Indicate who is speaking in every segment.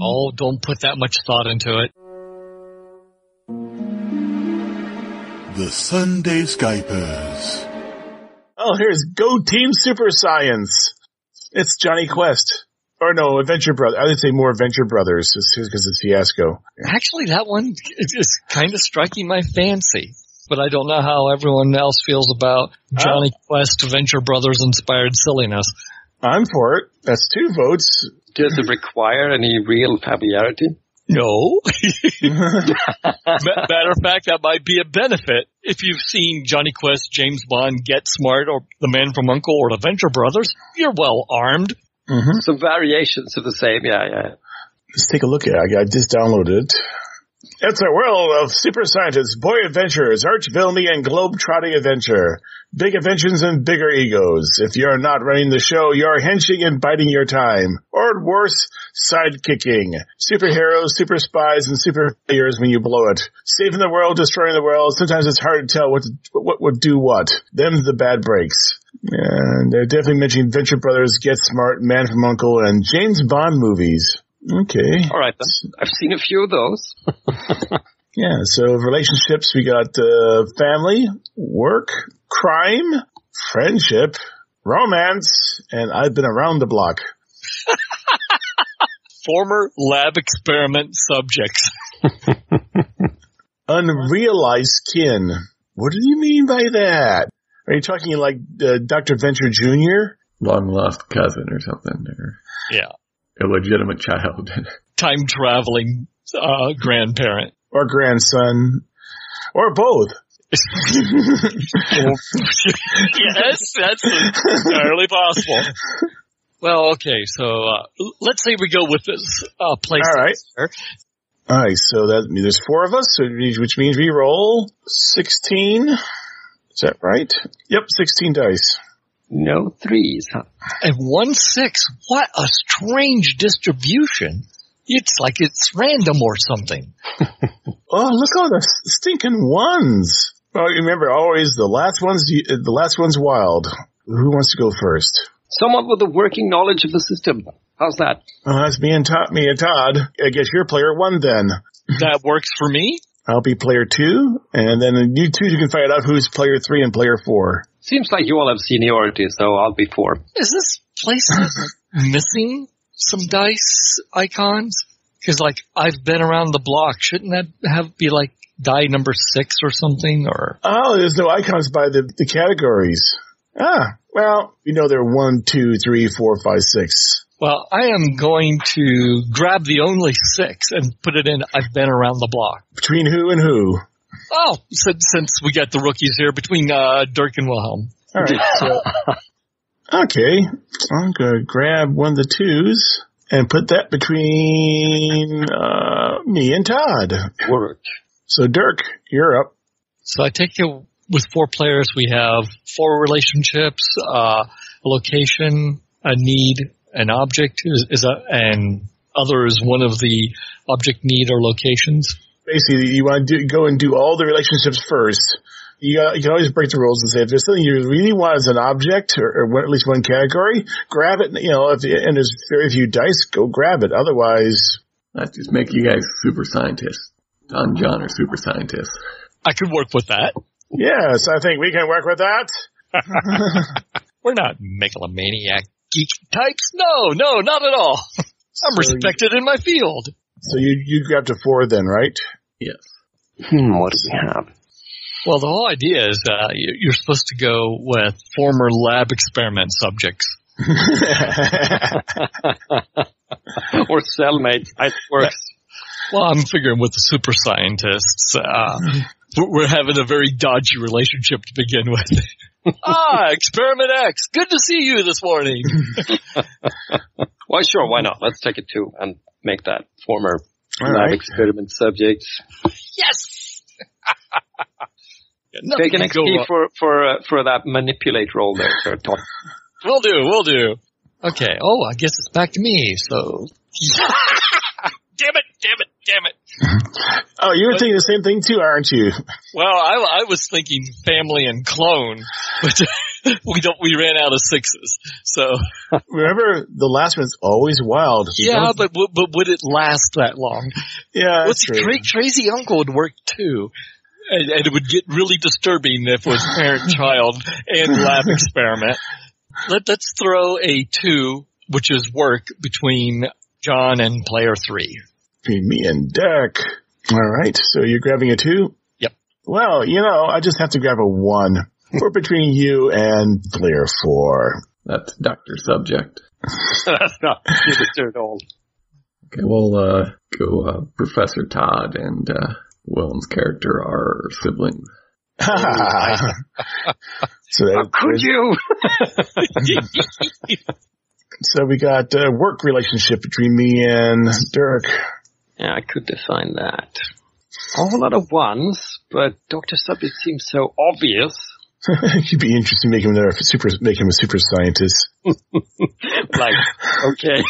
Speaker 1: Oh, don't put that much thought into it.
Speaker 2: The Sunday Skypers.
Speaker 3: Oh, here's Go Team Super Science. It's Johnny Quest. Or no, Adventure Brothers. I would say more Adventure Brothers because it's Fiasco.
Speaker 1: Actually, that one is is kind of striking my fancy, but I don't know how everyone else feels about Johnny Quest Venture Brothers inspired silliness.
Speaker 3: I'm for it. That's two votes.
Speaker 4: Does it require any real familiarity?
Speaker 1: No. Ma- Matter of fact, that might be a benefit if you've seen Johnny Quest, James Bond, Get Smart, or The Man from Uncle, or The Venture Brothers. You're well armed.
Speaker 3: Mm-hmm.
Speaker 4: Some variations of the same, yeah, yeah.
Speaker 3: Let's take a look at it. I I just downloaded it. It's a world of super scientists, boy adventurers, arch villainy, and globe-trotting adventure. Big inventions and bigger egos. If you're not running the show, you're henching and biting your time. Or worse, sidekicking. Superheroes, super spies, and super failures when you blow it. Saving the world, destroying the world. Sometimes it's hard to tell what to, what would do what. Them's the bad breaks. And they're definitely mentioning Venture Brothers, Get Smart, Man from Uncle, and James Bond movies. Okay.
Speaker 4: All right, then. I've seen a few of those.
Speaker 3: Yeah, so relationships, we got uh, family, work, crime, friendship, romance, and I've been around the block.
Speaker 1: Former lab experiment subjects.
Speaker 3: Unrealized kin. What do you mean by that? Are you talking like uh, Dr. Venture Jr.?
Speaker 5: Long lost cousin or something, or
Speaker 1: Yeah.
Speaker 5: illegitimate child.
Speaker 1: Time traveling uh, grandparent.
Speaker 3: Or grandson? Or both?
Speaker 1: yes, that's entirely possible. Well, okay, so uh, l- let's say we go with this uh, place.
Speaker 3: All right. All right, so that there's four of us, so it means- which means we roll 16. Is that right? Yep, 16 dice.
Speaker 4: No threes, huh?
Speaker 1: And one six. What a strange distribution. It's like it's random or something.
Speaker 3: Oh, look at all the stinking ones. Well, remember, always the last one's the last one's wild. Who wants to go first?
Speaker 4: Someone with a working knowledge of the system. How's that?
Speaker 3: Oh, that's me and Todd. Me and Todd. I guess you're player one then.
Speaker 1: That works for me.
Speaker 3: I'll be player two, and then you two can find out who's player three and player four.
Speaker 4: Seems like you all have seniority, so I'll be four.
Speaker 1: Is this place missing some dice icons? Because like I've been around the block. Shouldn't that have be like die number six or something? Or
Speaker 3: Oh, there's no icons by the, the categories. Ah, well, you know they're one, two, three, four, five, six.
Speaker 1: well, I am going to grab the only six and put it in. I've been around the block.
Speaker 3: Between who and who?
Speaker 1: Oh, since, since we got the rookies here between uh, Dirk and Wilhelm.
Speaker 3: All right. So, okay, I'm gonna grab one of the twos and put that between uh, me and Todd.
Speaker 4: Work.
Speaker 3: So Dirk, you're up.
Speaker 1: So I take you with four players. We have four relationships, uh, a location, a need, an object, is, is a, and other is one of the object need or locations.
Speaker 3: Basically, you want to do, go and do all the relationships first. You, got, you can always break the rules and say if there's something you really want as an object or, or one- at least one category, grab it. You know, if and there's very few dice, go grab it. Otherwise,
Speaker 5: Let's just make you guys super scientists. Don John are super scientists.
Speaker 1: I could work with that.
Speaker 3: yes, I think we can work with that.
Speaker 1: We're not megalomaniac geek types. No, no, not at all. I'm
Speaker 3: So you-
Speaker 1: respected in my field.
Speaker 3: So you you grabbed a four then, right?
Speaker 5: Yes.
Speaker 4: Hmm, what do we have?
Speaker 1: Well, the whole idea is uh, you- you're supposed to go with former lab experiment subjects.
Speaker 4: or cellmates. It works.
Speaker 1: Well, I'm figuring with the super scientists, uh, we're we're having a very dodgy relationship to begin with. ah, Experiment X, good to see you this morning.
Speaker 4: Why, sure, why not? Let's take it two and make that former
Speaker 3: All
Speaker 4: lab
Speaker 3: right.
Speaker 4: experiment subject.
Speaker 1: Yes. Nothing
Speaker 4: Take an
Speaker 1: can go
Speaker 4: XP
Speaker 1: wrong.
Speaker 4: for, for, uh, for that manipulate roll there, sir, Todd.
Speaker 1: We'll do. We'll do. Okay. Oh, I guess it's back to me. So. damn it! Damn it! Damn it!
Speaker 3: Oh, you were thinking the same thing too, aren't you?
Speaker 1: Well, I, I was thinking family and clone, but we don't. We ran out of sixes. So
Speaker 3: Remember, the last one's always wild.
Speaker 1: yeah, but w- but would it last that long?
Speaker 3: yeah,
Speaker 1: What's
Speaker 3: that's true.
Speaker 1: cra- crazy uncle would work too, and, and it would get really disturbing if it was parent child and lab experiment. Let let's throw a two, which is work between John and player three.
Speaker 3: Between me and Deck. All right, so you're grabbing a two.
Speaker 1: Yep.
Speaker 3: Well, you know, I just have to grab a one. We're between you and player four.
Speaker 5: That's Dr. Subject.
Speaker 4: That's not interesting at all.
Speaker 5: Okay, we'll uh, go uh, Professor Todd and uh, Willem's character are siblings.
Speaker 3: so
Speaker 4: How
Speaker 3: that,
Speaker 4: could you?
Speaker 3: so we got uh, work relationship between me and Dirk.
Speaker 4: Yeah, I could define that. A whole lot of ones, but Dr. Subject seems so obvious.
Speaker 3: It'd be interesting to make him there, super, make him a super scientist.
Speaker 4: Like, okay.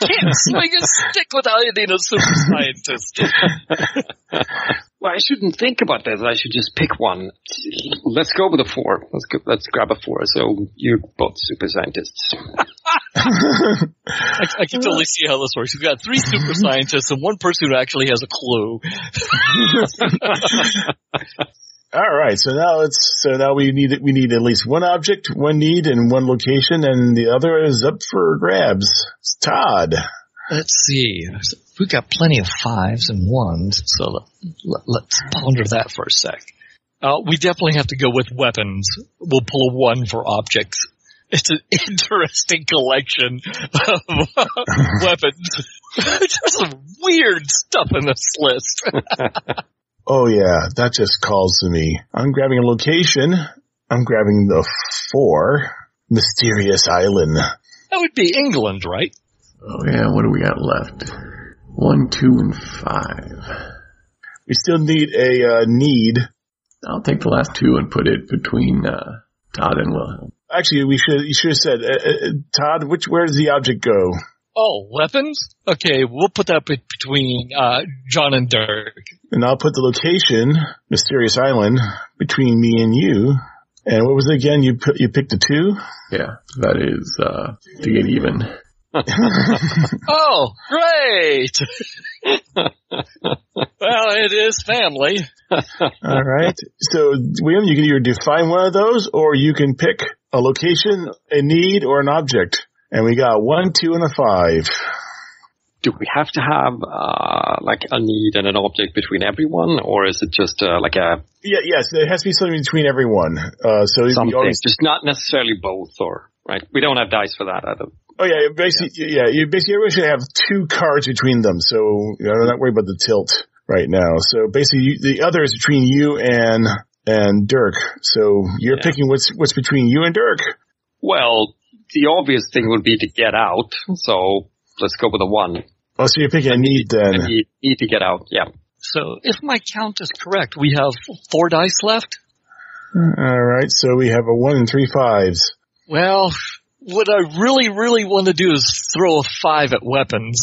Speaker 1: Can't swing a stick without being a super scientist.
Speaker 4: Well, I shouldn't think about this. I should just pick one. Let's go with a four. Let's go, let's grab a four. So you're both super scientists.
Speaker 1: I, I can totally see how this works. We've got three super scientists and one person who actually has a clue.
Speaker 3: All right, so now it's so now we need we need at least one object, one need, and one location, and the other is up for grabs. It's Todd.
Speaker 1: Let's see. We've got plenty of fives and ones, so let, us ponder that for a sec. Uh, we definitely have to go with weapons. We'll pull a one for objects. It's an interesting collection of weapons. There's some weird stuff in this list.
Speaker 3: Oh yeah, that just calls to me. I'm grabbing a location. I'm grabbing the four. Mysterious island.
Speaker 1: That would be England, right?
Speaker 5: Oh yeah, what do we got left? One, two, and five.
Speaker 3: We still need a uh, need.
Speaker 5: I'll take the last two and put it between uh, Todd and Wilhelm.
Speaker 3: Actually, we should you should have said, uh, uh, Todd, which where does the object go?
Speaker 1: Oh, weapons? Okay, we'll put that be- between uh, John and Dirk.
Speaker 3: And I'll put the location, mysterious island, between me and you. And what was it again? You put you picked the two.
Speaker 5: Yeah, that is uh, to get even.
Speaker 1: Oh, great! well, it is family.
Speaker 3: All right. Uh, So, William, you can either define one of those or you can pick a location, a need, or an object. And we got one, two, and a five.
Speaker 4: Do we have to have, uh, like a need and an object between everyone, or is it just, uh, like a
Speaker 3: Yeah, yes, there has to be something between everyone. Uh, so we
Speaker 4: something?
Speaker 3: always,
Speaker 4: Just not necessarily both, or, right? We don't have dice for that either.
Speaker 3: oh yeah, basically, yeah, you basically everyone should have two cards between them. So you know, I'm not worried about the tilt right now. So basically, you, the other is between you and and Dirk. So you're
Speaker 4: Yeah.
Speaker 3: picking what's what's between you and Dirk.
Speaker 4: Well, the obvious thing would be to get out, so let's go with a one.
Speaker 3: Oh, so you're picking a need then.
Speaker 4: I need, need E, to get out, yeah.
Speaker 1: So, if my count is correct, we have four dice left.
Speaker 3: All right. So we have a one and three fives.
Speaker 1: Well, what I really, really want to do is throw a five at weapons.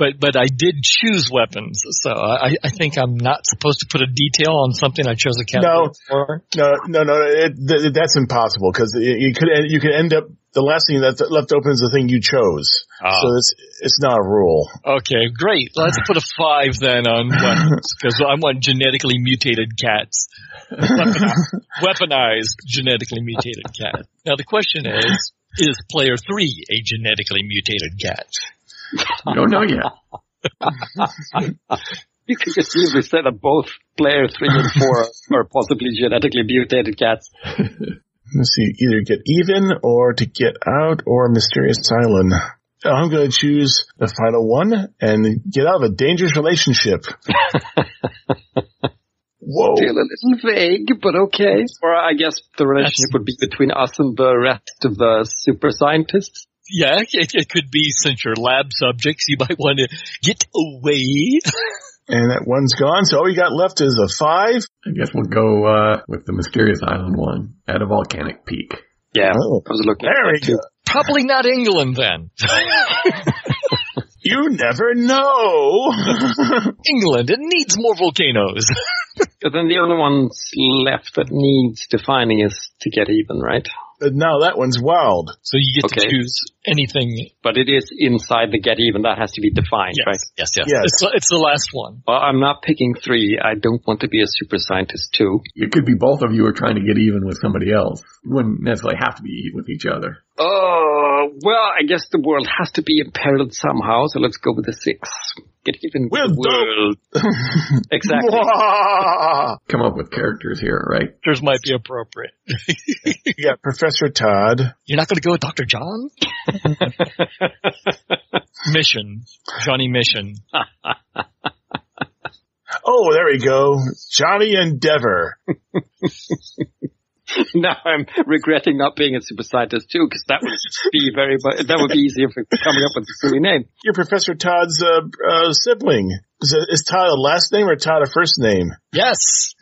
Speaker 1: But but I did choose weapons, so I, I think I'm not supposed to put a detail on something I chose a category
Speaker 3: No.
Speaker 1: for.
Speaker 3: No, no, no. It, th- that's impossible because you could you could end up the last thing that's left open is the thing you chose.
Speaker 1: Ah.
Speaker 3: So it's it's not a rule.
Speaker 1: Okay, great. Let's put a five then on weapons because I want genetically mutated cats. Weaponized, weaponized genetically mutated cat. Now the question is, is player three a genetically mutated cat?
Speaker 5: You don't know yet.
Speaker 4: You could just easily say that both player three and four are possibly genetically mutated cats.
Speaker 3: Let's see, either get even or to get out or mysterious island. I'm going to choose the final one and get out of a dangerous relationship. Whoa!
Speaker 4: Feel a little vague, but okay. Or I guess the relationship would be between us and the rest of the super scientists.
Speaker 1: Yeah, it, it could be since you're lab subjects, you might want to get away.
Speaker 3: And that one's gone. So all we got left is a five.
Speaker 5: I guess we'll go uh, with the mysterious island one at a volcanic peak.
Speaker 4: Yeah.
Speaker 3: Oh,
Speaker 4: I was looking at
Speaker 3: there we
Speaker 4: that too.
Speaker 3: go.
Speaker 1: Probably not England then.
Speaker 3: You never know.
Speaker 1: England, it needs more volcanoes.
Speaker 4: But then the only ones left that needs defining is to get even, right?
Speaker 3: And now Uh, that one's wild.
Speaker 1: So you get
Speaker 4: Okay.
Speaker 1: to choose anything.
Speaker 4: But it is inside the get even. That has to be defined,
Speaker 1: Yes,
Speaker 4: right?
Speaker 1: yes, yes.
Speaker 3: Yes.
Speaker 1: It's, it's the last one.
Speaker 4: Well, I'm not picking three. I don't want to be a super scientist too.
Speaker 5: It could be both of you are trying to get even with somebody else. Wouldn't necessarily have to be with each other.
Speaker 4: Oh, well, I guess the world has to be imperiled somehow. So let's go with the six. Get even with
Speaker 3: With
Speaker 4: the
Speaker 3: the-
Speaker 4: world. exactly.
Speaker 3: Mwah!
Speaker 5: Come up with characters here, right?
Speaker 1: Yours might be appropriate.
Speaker 3: you got Professor Todd.
Speaker 1: You're not going to go with Dr. John? Mission. Johnny Mission.
Speaker 3: Oh, there we go. Johnny Endeavor.
Speaker 4: now I'm regretting not being a super scientist too, because that would be very, mu- that would be easier for coming up with a silly name.
Speaker 3: You're Professor Todd's uh, uh, sibling. Is, is Todd a last name or Todd a first name?
Speaker 1: Yes.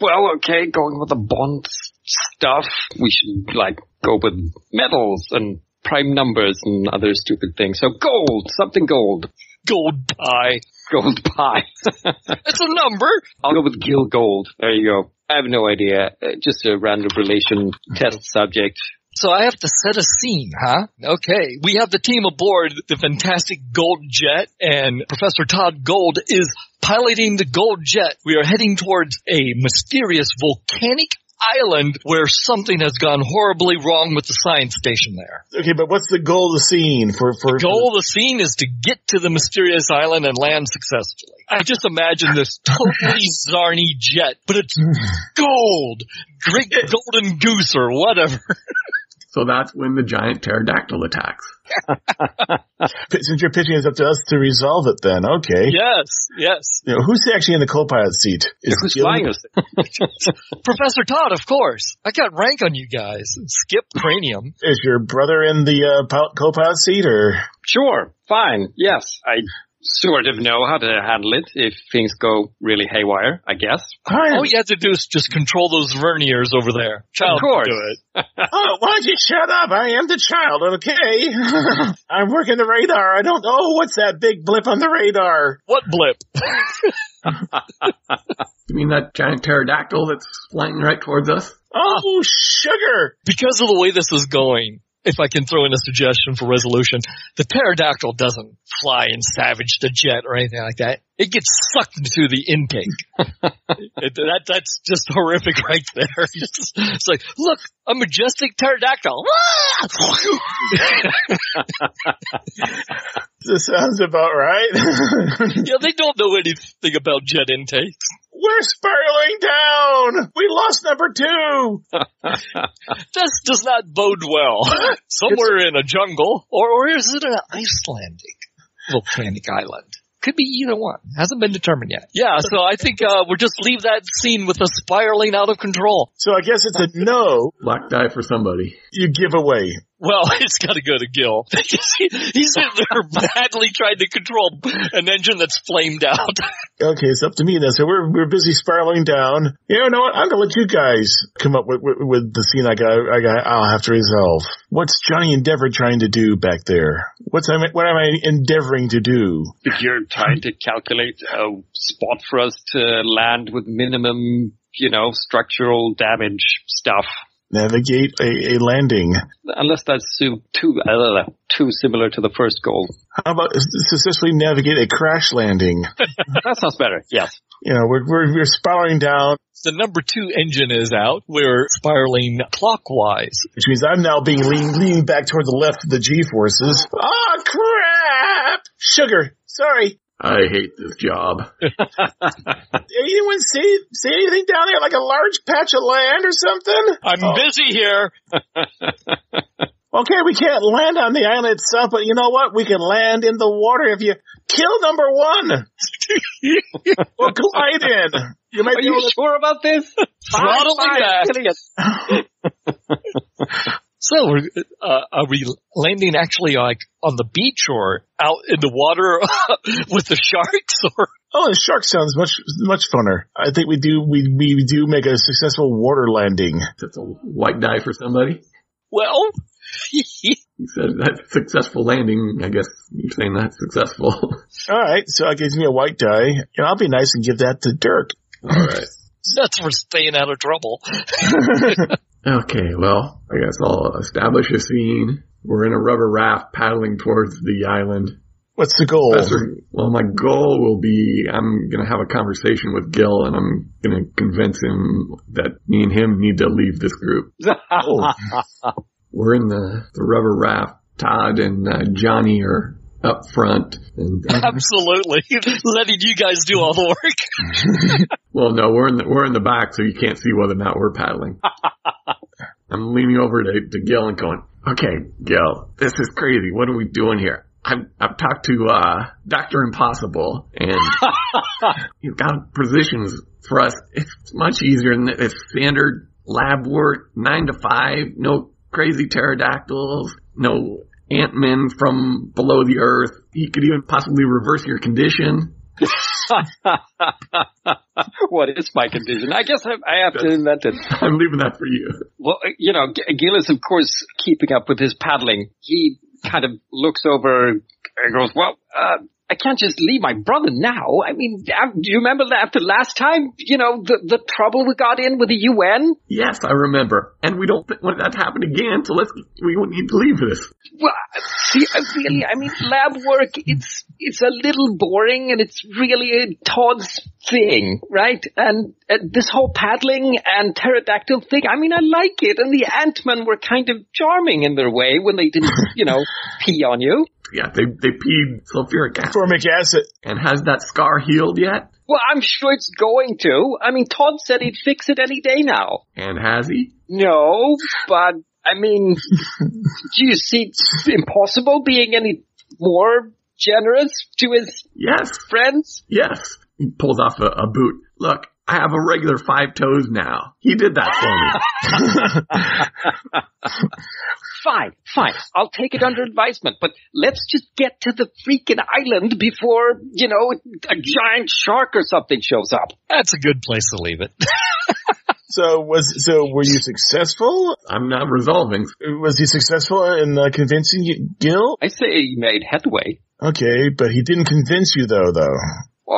Speaker 4: Well, okay, going with the Bond stuff, we should like go with metals and prime numbers and other stupid things. So gold, something gold,
Speaker 1: Gold pie.
Speaker 4: gold pie.
Speaker 1: It's a number.
Speaker 4: I'll go with Gil Gold. There you go. I have no idea. Uh, Just a random relation test subject.
Speaker 1: So I have to set a scene, huh? Okay. We have the team aboard the fantastic gold jet and Professor Todd Gold is piloting the gold jet. We are heading towards a mysterious volcanic island where something has gone horribly wrong with the science station there.
Speaker 3: Okay, but what's the goal of the scene for for
Speaker 1: Goal of the scene is to get to the mysterious island and land successfully. I just imagine this totally zarny jet, but it's gold. Great golden goose or whatever.
Speaker 5: So that's when the giant pterodactyl attacks.
Speaker 3: Since you're pitching it's up to us to resolve it, then okay.
Speaker 1: Yes, yes.
Speaker 3: You know, who's actually in the co-pilot seat? Is
Speaker 4: Who's
Speaker 3: Gil-
Speaker 4: flying us?
Speaker 1: Professor Todd, of course. I got rank on you guys. Skip cranium.
Speaker 3: Is your brother in the uh, pil- co-pilot seat, or
Speaker 4: Sure, fine, yes. I sort of know how to handle it if things go really haywire, I guess.
Speaker 3: Hi,
Speaker 1: All you have to do is just control those verniers over there. Child
Speaker 4: Of course.
Speaker 1: can do it.
Speaker 3: oh, why don't you shut up? I am the child, okay? I'm working the radar. I don't know what's that big blip on the radar.
Speaker 1: What blip?
Speaker 5: You mean that giant pterodactyl that's flying right towards us?
Speaker 3: Oh, sugar!
Speaker 1: Because of the way this is going, if I can throw in a suggestion for resolution, the pterodactyl doesn't fly and savage the jet or anything like that. It gets sucked into the intake. It- that, that's just horrific right there. It's, it's like, look, a majestic pterodactyl.
Speaker 3: This sounds about right.
Speaker 1: yeah, they don't know anything about jet intake.
Speaker 3: We're spiraling down! We lost number two!
Speaker 1: this does not bode well. Somewhere in a jungle, or, or is it an Icelandic volcanic island? Could be either one. Hasn't been determined yet. Yeah, so I think uh, we'll just leave that scene with us spiraling out of control.
Speaker 3: So I guess it's a no
Speaker 5: Black die for somebody.
Speaker 3: you give away.
Speaker 1: Well, it's got to go to Gil. He's in there badly trying to control an engine that's flamed out.
Speaker 3: Okay, it's up to me then. So we're we're busy spiraling down. You know what? I'm gonna let you guys come up with with, with the scene. I got I got I'll have to resolve. What's Johnny Endeavor trying to do back there? What's I what am I endeavoring to do?
Speaker 4: If you're trying to calculate a spot for us to land with minimum, you know, structural damage stuff,
Speaker 3: Navigate a, a landing.
Speaker 4: unless that's su- too, uh, too similar to the first goal.
Speaker 3: How about s- successfully navigate a crash landing?
Speaker 4: That sounds better, yes.
Speaker 3: You know, we're we're, we're spiraling down,
Speaker 1: The number two engine is out. We're spiraling clockwise.
Speaker 3: which means I'm now being lean, leaning back toward the left of the G forces. Oh crap! Sugar. Sorry.
Speaker 5: I hate this job.
Speaker 3: Anyone see see anything down there like a large patch of land or something?
Speaker 1: I'm
Speaker 3: Oh.
Speaker 1: busy here.
Speaker 3: Okay, we can't land on the island itself, but you know what? We can land in the water if you kill number one. or glide in. You might
Speaker 4: Are
Speaker 3: be
Speaker 4: you
Speaker 3: able to.
Speaker 4: sure about this?
Speaker 1: Throttling
Speaker 4: Fine, fine,
Speaker 1: back.
Speaker 4: killing it.
Speaker 1: So, we're, uh, are we landing actually like on the beach or out in the water with the sharks? Or
Speaker 3: Oh, the shark sounds much much funner. I think we do we we do make a successful water landing.
Speaker 5: That's a white die for somebody.
Speaker 1: well,
Speaker 5: You said that successful landing. I guess you're saying that's successful.
Speaker 3: All right, so I gives me a white die, and I'll be nice and give that to Dirk.
Speaker 5: All right.
Speaker 1: Mm-hmm. that's for staying out of trouble.
Speaker 5: Okay, well, I guess I'll establish a scene. We're in a rubber raft paddling towards the island.
Speaker 3: What's the goal?
Speaker 5: Professor, well, my goal will be I'm going to have a conversation with Gil and I'm going to convince him that me and him need to leave this group. We're in the, the rubber raft. Todd and uh, Johnny are up front. And,
Speaker 1: Absolutely. Letting you guys do all the work.
Speaker 5: well, no, we're in the, we're in the back, so you can't see whether or not we're paddling. I'm leaning over to, to Gil and going, okay, Gil, this is crazy. What are we doing here? I've, I've talked to, uh, Dr. Impossible and he's got positions for us. It's much easier than it's standard lab work, nine to five, no crazy pterodactyls, no ant-men from below the earth. He could even possibly reverse your condition.
Speaker 4: what is my condition? I guess I, I have to invent it.
Speaker 5: I'm leaving that for you.
Speaker 4: Well, uh, you know, G- Gil is of course keeping up with his paddling. He kind of looks over and goes, well, uh, I can't just leave my brother now. I mean, I- do you remember that after last time, you know, the, the trouble we got in with the UN?
Speaker 5: Yes, I remember. And we don't want that to happen again, so let's, we would need to leave this.
Speaker 4: Well, see, I really, I mean, lab work, it's, it's a little boring and it's really a Todd's thing, right? And uh, this whole paddling and pterodactyl thing, I mean, I like it. And the Ant-Men were kind of charming in their way when they didn't, you know, pee on you.
Speaker 5: Yeah, they, they peed sulfuric acid.
Speaker 3: Formic acid.
Speaker 5: And has that scar healed yet?
Speaker 4: Well, I'm sure it's going to. I mean, Todd said he'd fix it any day now.
Speaker 5: And has he?
Speaker 4: No, but I mean, do you see it's impossible being any more generous to his
Speaker 5: Yes,
Speaker 4: friends?
Speaker 5: yes. He pulls off a, a boot. Look, I have a regular five toes now. He did that for me.
Speaker 4: Fine, fine. I'll take it under advisement, but let's just get to the freaking island before, you know, a giant shark or something shows up.
Speaker 1: That's a good place to leave it.
Speaker 3: So was so were you successful?
Speaker 5: I'm not resolving.
Speaker 3: Was he successful in uh, convincing you, Gil?
Speaker 4: I say he made headway.
Speaker 3: Okay, but he didn't convince you though. Though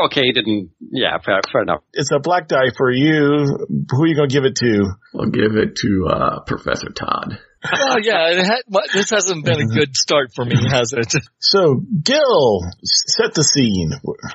Speaker 4: Okay, he didn't. Yeah, fair, fair enough.
Speaker 3: it's a black die for you. Who are you gonna give it to?
Speaker 5: I'll give it to uh, Professor Todd.
Speaker 1: Oh yeah, it had, my- this hasn't been a good start for me, has it?
Speaker 3: So Gil, s- set the scene.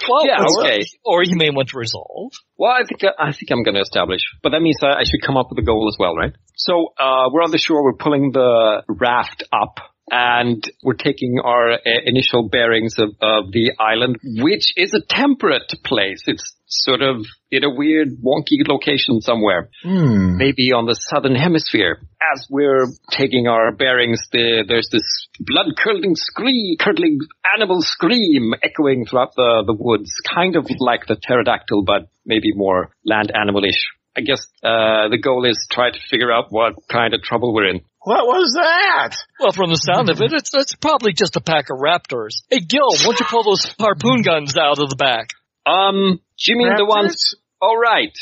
Speaker 1: Well,
Speaker 4: Yeah,
Speaker 1: or-
Speaker 4: okay.
Speaker 1: Or you may want to resolve.
Speaker 4: Well, I think I think I'm going to establish, but that means I, I should come up with a goal as well, right? So uh, we're on the shore. We're pulling the raft up, and we're taking our uh, initial bearings of, of the island, which is a temperate place. It's sort of in a weird, wonky location somewhere
Speaker 3: Hmm.
Speaker 4: maybe on the southern hemisphere. As we're taking our bearings, the, there's this blood-curdling scream, curdling animal scream echoing throughout the, the woods, kind of like the pterodactyl, but maybe more land animalish. I guess uh, the goal is try to figure out what kind of trouble we're in.
Speaker 3: What was that?
Speaker 1: Well, from the sound of it, it's, it's probably just a pack of raptors. Hey, Gil, won't you pull those harpoon guns out of the back?
Speaker 4: Um, do you mean the ones? All right.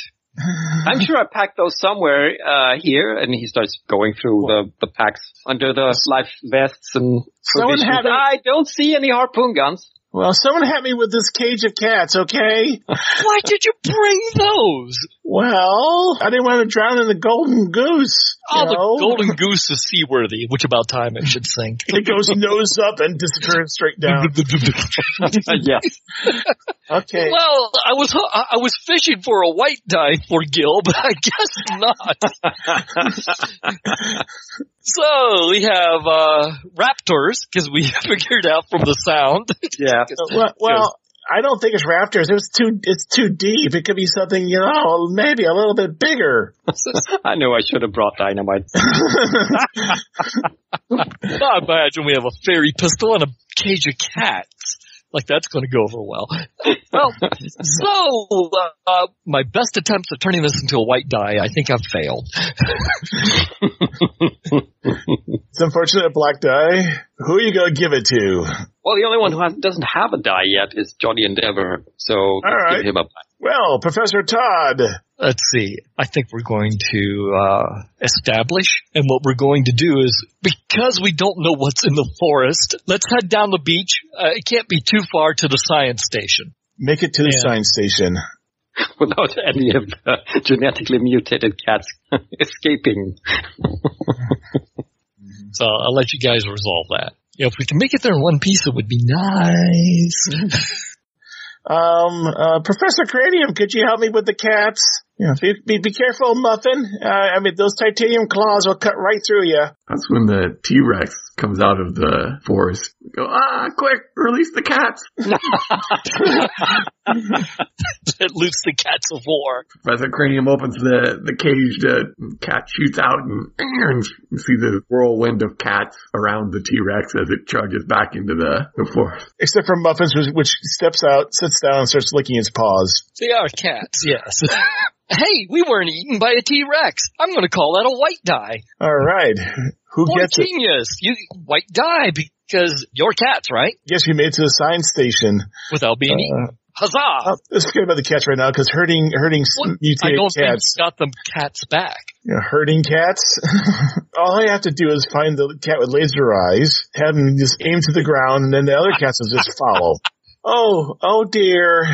Speaker 4: I'm sure I packed those somewhere uh, here, and he starts going through the, the packs under the life vests and
Speaker 3: Someone
Speaker 4: provisions.
Speaker 3: had a-
Speaker 4: I don't see any harpoon guns.
Speaker 3: Well, someone had me with this cage of cats. Okay.
Speaker 1: Why did you bring those?
Speaker 3: Well, I didn't want to drown in the golden goose.
Speaker 1: Oh,
Speaker 3: you
Speaker 1: the
Speaker 3: know?
Speaker 1: golden goose is seaworthy, which about time it should sink.
Speaker 3: It goes nose up and disappears straight down.
Speaker 4: Uh, yes.
Speaker 3: Okay.
Speaker 1: Well, I was I I was fishing for a white dive for Gil, but I guess not. so we have uh, raptors because we figured out from the sound.
Speaker 4: Yeah.
Speaker 3: Well, well, I don't think it's raptors. It's too. It's too deep. It could be something you know, maybe a little bit bigger.
Speaker 4: I know I should have brought dynamite.
Speaker 1: I imagine we have a fairy pistol and a cage of cats. Like that's going to go over well. Well, so uh, my best attempts at turning this into a white die, I think I've failed.
Speaker 3: It's unfortunate a black die. Who are you gonna give it to?
Speaker 4: Well, the only one who has, doesn't have a die yet is Johnny Endeavor, so let's
Speaker 3: right.
Speaker 4: give him a
Speaker 3: Well, Professor Todd.
Speaker 1: let's see. I think we're going to uh, establish, and what we're going to do is because we don't know what's in the forest, let's head down the beach. Uh, it can't be too far to the science station.
Speaker 3: Make it to the
Speaker 1: Yeah.
Speaker 3: science station.
Speaker 4: without any of the genetically mutated cats escaping.
Speaker 1: So I'll let you guys resolve that. You know, if we can make it there in one piece, it would be nice.
Speaker 3: Um, uh, Professor Cranium, could you help me with the cats? Yeah. Be, be, be careful, Muffin. Uh, I mean, those titanium claws will cut right through you.
Speaker 5: That's when the T Rex comes out of the forest. Go, ah, quick, release the cats.
Speaker 1: that loops the cats of war.
Speaker 5: Professor Cranium opens the, the cage, the cat shoots out, and, and you see the whirlwind of cats around the T Rex as it charges back into the, the forest.
Speaker 3: Except for Muffins, which, which steps out, sits down, and starts licking his paws.
Speaker 6: They are cats.
Speaker 1: Yes.
Speaker 6: Hey, we weren't eaten by a T-Rex. I'm going to call that a white dye.
Speaker 3: All right. Who
Speaker 6: Boy,
Speaker 3: gets it?
Speaker 6: genius. You white dye because you're cats, right?
Speaker 3: Yes, we made it to the science station.
Speaker 6: Without being eaten. Huzzah!
Speaker 3: Uh, let's forget about the cats right now because hurting, hurting s-
Speaker 6: What? I
Speaker 3: mutated
Speaker 6: don't think
Speaker 3: cats.
Speaker 6: you got them cats back.
Speaker 3: You know, hurting cats. All I have to do is find the cat with laser eyes, have him just aim to the ground, and then the other cats will just follow. oh, oh dear.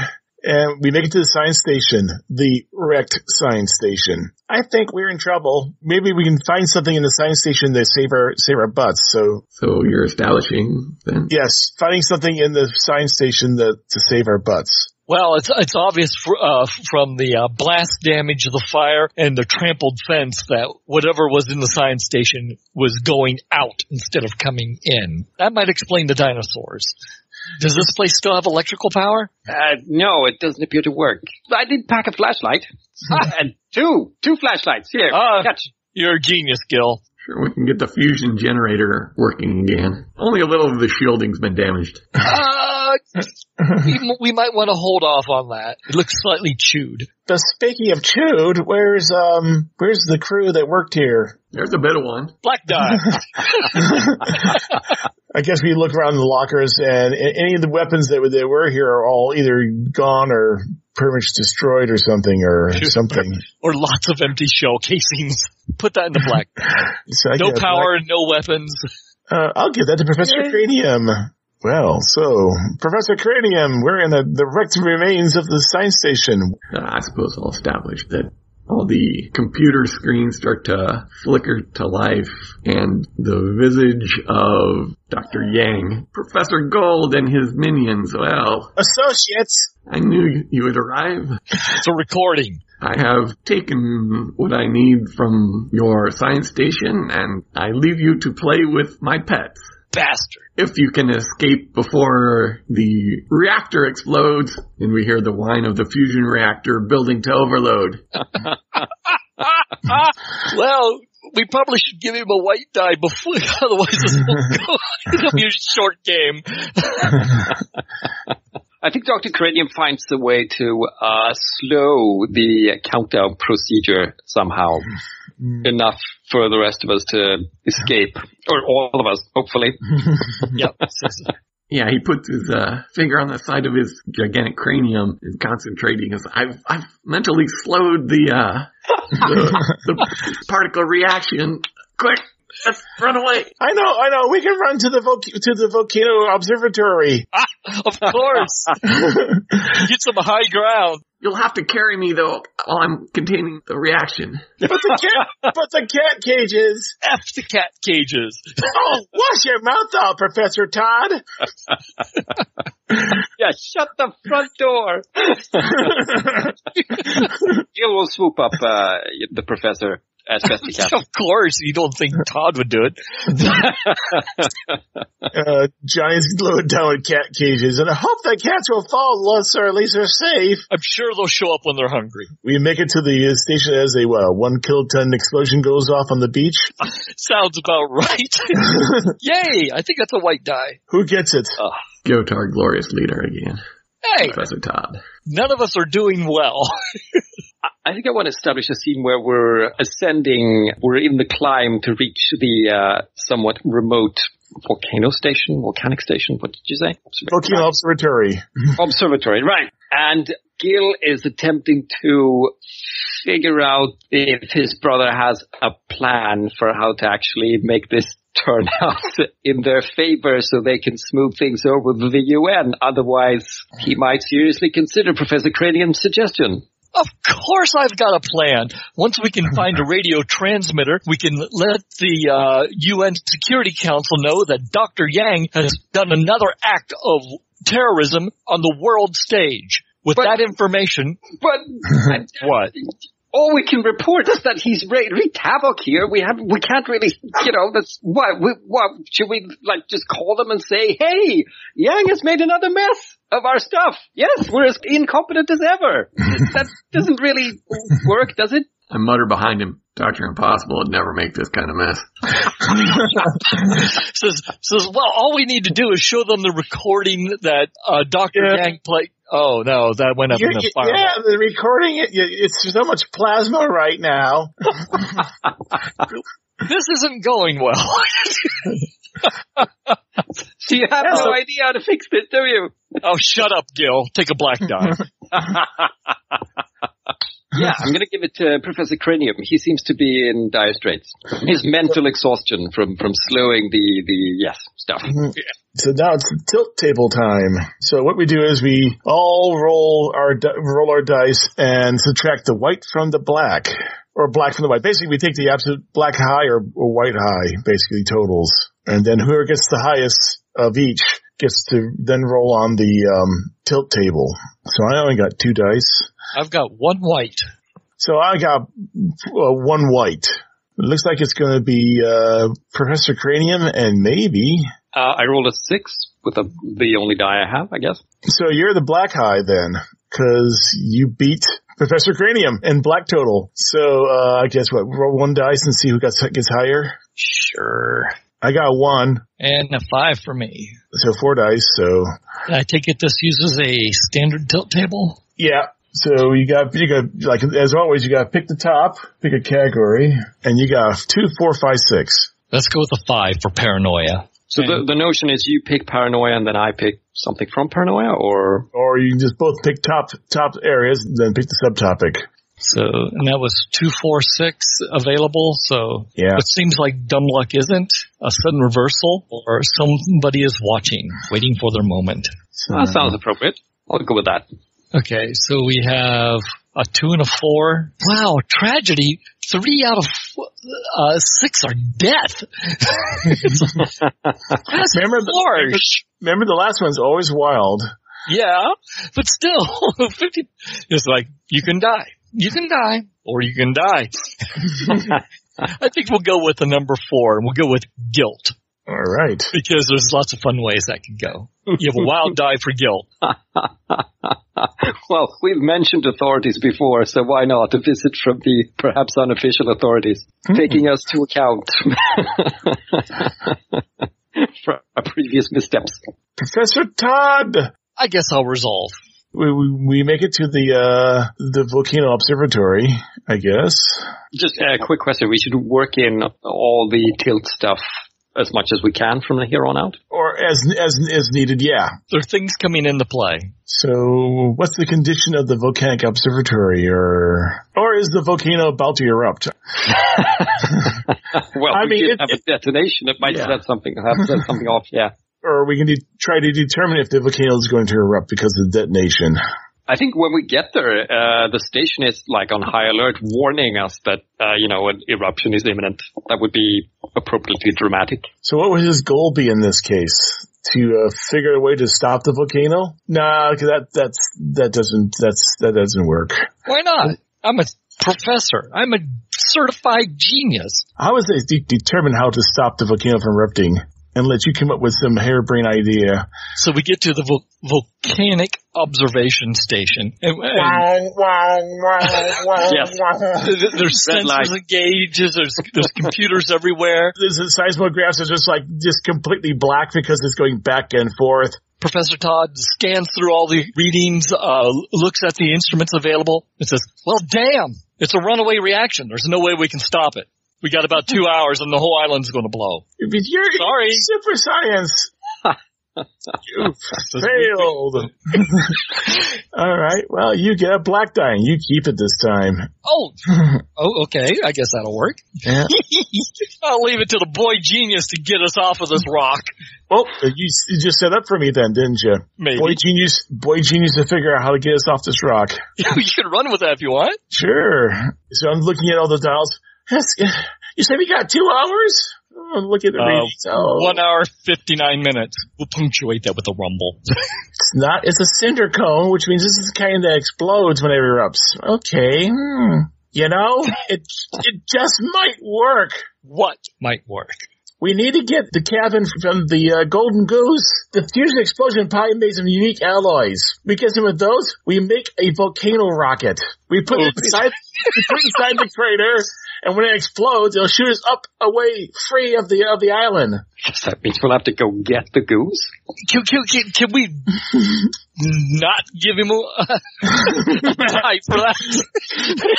Speaker 3: And we make it to the science station, the wrecked science station. I think we're in trouble. Maybe we can find something in the science station to save our save our butts. So
Speaker 5: So you're establishing then.
Speaker 3: Yes, finding something in the science station that to save our butts.
Speaker 1: Well, it's it's obvious fr- uh, from the uh, blast damage of the fire and the trampled fence that whatever was in the science station was going out instead of coming in. That might explain the dinosaurs. Does this place still have electrical power?
Speaker 4: Uh, no, it doesn't appear to work. I did pack a flashlight. ah, and two, two flashlights here.
Speaker 1: Ah.
Speaker 4: Catch.
Speaker 1: You're a genius, Gil.
Speaker 5: Sure, we can get the fusion generator working again. Only a little of the shielding's been damaged.
Speaker 1: Uh, we, m- we might want to hold off on that. It looks slightly chewed.
Speaker 3: But speaking of chewed, where's um where's the crew that worked here?
Speaker 5: There's a bit of one.
Speaker 1: Black dye.
Speaker 3: I guess we look around the lockers, and a- any of the weapons that were, that were here are all either gone or pretty much destroyed or something or something.
Speaker 1: or lots of empty shell casings. Put that in the black.
Speaker 3: So I
Speaker 1: No
Speaker 3: guess-
Speaker 1: power, no weapons.
Speaker 3: Uh, I'll give that to Professor Cranium. Well, so Professor Cranium, we're in the, the wrecked remains of the science station.
Speaker 5: Uh, I suppose I'll establish that all the computer screens start to flicker to life and the visage of Dr. Yang, Professor Gold and his minions. Well,
Speaker 3: Associates,
Speaker 5: I knew you would arrive.
Speaker 1: It's a recording.
Speaker 5: I have taken what I need from your science station and I leave you to play with my pets.
Speaker 1: Bastard.
Speaker 5: If you can escape before the reactor explodes and we hear the whine of the fusion reactor building to overload.
Speaker 1: Well, we probably should give him a white die before, otherwise this won't go. It'll be a short game.
Speaker 4: I think Dr. Cranium finds the way to uh, slow the countdown procedure somehow. Enough for the rest of us to escape, or all of us, hopefully.
Speaker 1: Yep.
Speaker 5: Yeah, he puts his uh, finger on the side of his gigantic cranium and concentrating. His, I've, I've mentally slowed the, uh, the, the particle reaction. Quick, let's run away.
Speaker 3: I know, I know. We can run to the vo- to the volcano observatory.
Speaker 1: Of course. Get some high ground.
Speaker 5: You'll have to carry me though while I'm containing the reaction.
Speaker 3: But the cat, but the cat cages.
Speaker 1: F the cat cages.
Speaker 3: Oh, wash your mouth out, Professor Todd.
Speaker 4: Yeah, shut the front door. Gil will swoop up uh, the professor as best he can.
Speaker 1: Of course. You don't think Todd would do it.
Speaker 3: Uh, Johnny's loaded down with cat cages, and I hope the cats will fall unless or at least they're safe.
Speaker 1: I'm sure they'll show up when they're hungry.
Speaker 3: We make it to the uh, station as a what, a one kiloton explosion goes off on the beach.
Speaker 1: Sounds about right. Yay. I think that's a white die.
Speaker 3: Who gets it?
Speaker 5: Go to our glorious leader again,
Speaker 1: Hey,
Speaker 5: Professor Todd.
Speaker 1: none of us are doing well.
Speaker 4: I think I want to establish a scene where we're ascending, we're in the climb to reach the uh, somewhat remote volcano station, volcanic station, what did you say?
Speaker 3: Volcano observatory.
Speaker 4: Observatory, right. And Gil is attempting to figure out if his brother has a plan for how to actually make this turn out in their favor so they can smooth things over with the UN. Otherwise, he might seriously consider Professor Cranium's suggestion.
Speaker 1: Of course I've got a plan. Once we can find a radio transmitter, we can let the uh, UN Security Council know that Dr. Yang has done another act of terrorism on the world stage. With
Speaker 4: But-
Speaker 1: that information,
Speaker 4: But I-
Speaker 1: what?
Speaker 4: all we can report is that he's re- wreaked havoc here. We have we can't really, you know, that's what. We, what should we like just call them and say, "Hey, Yang has made another mess of our stuff." Yes, we're as incompetent as ever. that doesn't really work, does it?
Speaker 5: I mutter behind him, Dr. Impossible would never make this kind of mess.
Speaker 1: Says, says, well, all we need to do is show them the recording that uh, Dr.
Speaker 3: Yeah.
Speaker 1: Yang played. Oh no, that went up
Speaker 3: You're-
Speaker 1: in the
Speaker 3: you-
Speaker 1: fire.
Speaker 3: yeah, the recording, it, you- it's so much plasma right now.
Speaker 1: This isn't going well.
Speaker 4: So you have
Speaker 3: Yeah,
Speaker 4: no
Speaker 3: so-
Speaker 4: idea how to fix this, do you?
Speaker 1: oh, shut up, Gil. Take a black die.
Speaker 4: Yeah, I'm going to give it to Professor Cranium. He seems to be in dire straits. His mental exhaustion from from slowing the the yes stuff.
Speaker 3: So now it's tilt table time. So what we do is we all roll our di- roll our dice and subtract the white from the black, or black from the white. Basically, we take the absolute black high or, or white high, basically totals, and then whoever gets the highest of each gets to then roll on the um, tilt table. So I only got two dice.
Speaker 1: I've got one white.
Speaker 3: So I got uh, one white. It looks like it's going to be uh, Professor Cranium and maybe.
Speaker 4: Uh, I rolled a six with a, the only die I have, I guess.
Speaker 3: So you're the black high then, because you beat Professor Cranium in black total. So uh, I guess what? Roll one dice and see who gets gets higher.
Speaker 1: Sure.
Speaker 3: I got one,
Speaker 1: And a five for me.
Speaker 3: so four dice. So
Speaker 1: I take it this uses a standard tilt table.
Speaker 3: yeah. So you got you got like as always you got to pick the top, pick a category, and you got two, four, five, six.
Speaker 1: Let's go with a five for paranoia.
Speaker 4: So the, the notion is you pick paranoia and then I pick something from paranoia, or
Speaker 3: Or you can just both pick top top areas, then pick the subtopic.
Speaker 1: So, and that was two, four, six available. So,
Speaker 3: Yeah.
Speaker 1: it seems like dumb luck isn't a sudden reversal, or somebody is watching, waiting for their moment.
Speaker 3: Uh,
Speaker 4: that sounds appropriate. I'll go with that.
Speaker 1: Okay, so we have a two and a four. Wow, tragedy. Three out of f- uh, six are death. That's
Speaker 3: Remember the-
Speaker 1: harsh.
Speaker 3: Remember the last one's always wild.
Speaker 1: Yeah, but still, 50, it's like, you can die. You can die, or you can die. I think we'll go with the number four, and we'll go with guilt,
Speaker 3: All right.
Speaker 1: because there's lots of fun ways that could go. You have a wild die for guilt.
Speaker 4: Well, we've mentioned authorities before, so why not a visit from the perhaps unofficial authorities,
Speaker 3: Hmm.
Speaker 4: taking us to account for our previous missteps.
Speaker 3: Professor Todd.
Speaker 1: I guess I'll resolve.
Speaker 3: We, we we make it to the uh the volcano observatory, I guess.
Speaker 4: Just a quick question: We should work in all the tilt stuff as much as we can from here on out.
Speaker 3: Or as as as needed, yeah.
Speaker 1: There are things coming into play.
Speaker 3: So what's the condition of the volcanic observatory or or is the volcano about to erupt?
Speaker 4: Well,
Speaker 3: I
Speaker 4: we
Speaker 3: mean,
Speaker 4: did
Speaker 3: it-
Speaker 4: have a detonation. It might
Speaker 5: Yeah.
Speaker 4: set something have set something off. Yeah.
Speaker 3: Or we can de- try to determine if the volcano is going to erupt because of the detonation.
Speaker 4: I think when we get there, uh, the station is like on high alert, warning us that uh, you know an eruption is imminent. That would be appropriately dramatic.
Speaker 3: So what would his goal be in this case? To uh, figure a way to stop the volcano? Nah, 'cause that that's that doesn't that's that doesn't work.
Speaker 1: Why not? I'm a professor. I'm a certified genius.
Speaker 3: I would say de- determine how to stop the volcano from erupting and let you come up with some harebrained idea.
Speaker 1: So we get to the vol- volcanic observation station. And, and
Speaker 4: Yes.
Speaker 1: th- there's
Speaker 4: Red light.
Speaker 1: sensors and gauges. There's, there's computers everywhere.
Speaker 3: This is- seismographs are just like just completely black because it's going back and forth.
Speaker 1: Professor Todd scans through all the readings, uh, looks at the instruments available, and says, well, damn, it's a runaway reaction. There's no way we can stop it. We got about two hours and the whole island's going to blow.
Speaker 3: But You're
Speaker 1: Sorry.
Speaker 3: super science. you failed. All right. Well, you get a black die and you keep it this time.
Speaker 6: Oh, oh, okay. I guess that'll work.
Speaker 3: Yeah.
Speaker 6: I'll leave it to the boy genius to get us off of this rock.
Speaker 3: Well, you, s- you just set up for me then, didn't you?
Speaker 6: Maybe
Speaker 3: Boy genius, boy genius to figure out how to get us off this rock.
Speaker 6: you can run with that if you want.
Speaker 3: Sure. So I'm looking at all the dials. That's, you say we got two hours? Oh, look at the
Speaker 1: Uh,
Speaker 3: readings. Oh,
Speaker 1: One hour, 59 minutes. We'll punctuate that with a rumble.
Speaker 3: it's not. It's a cinder cone, which means this is the kind that explodes when it erupts. Okay. Hmm. You know, it it just might work.
Speaker 1: What might work?
Speaker 3: We need to get the cabin from the uh, Golden Goose. The fusion explosion probably made some unique alloys. We get some of those. We make a volcano rocket. We put it inside, we put it inside the crater, and when it explodes, it'll shoot us up away free of the of the island.
Speaker 4: Does that mean we'll have to go get the goose?
Speaker 6: Can, can, can, can we not give him a, a die for that?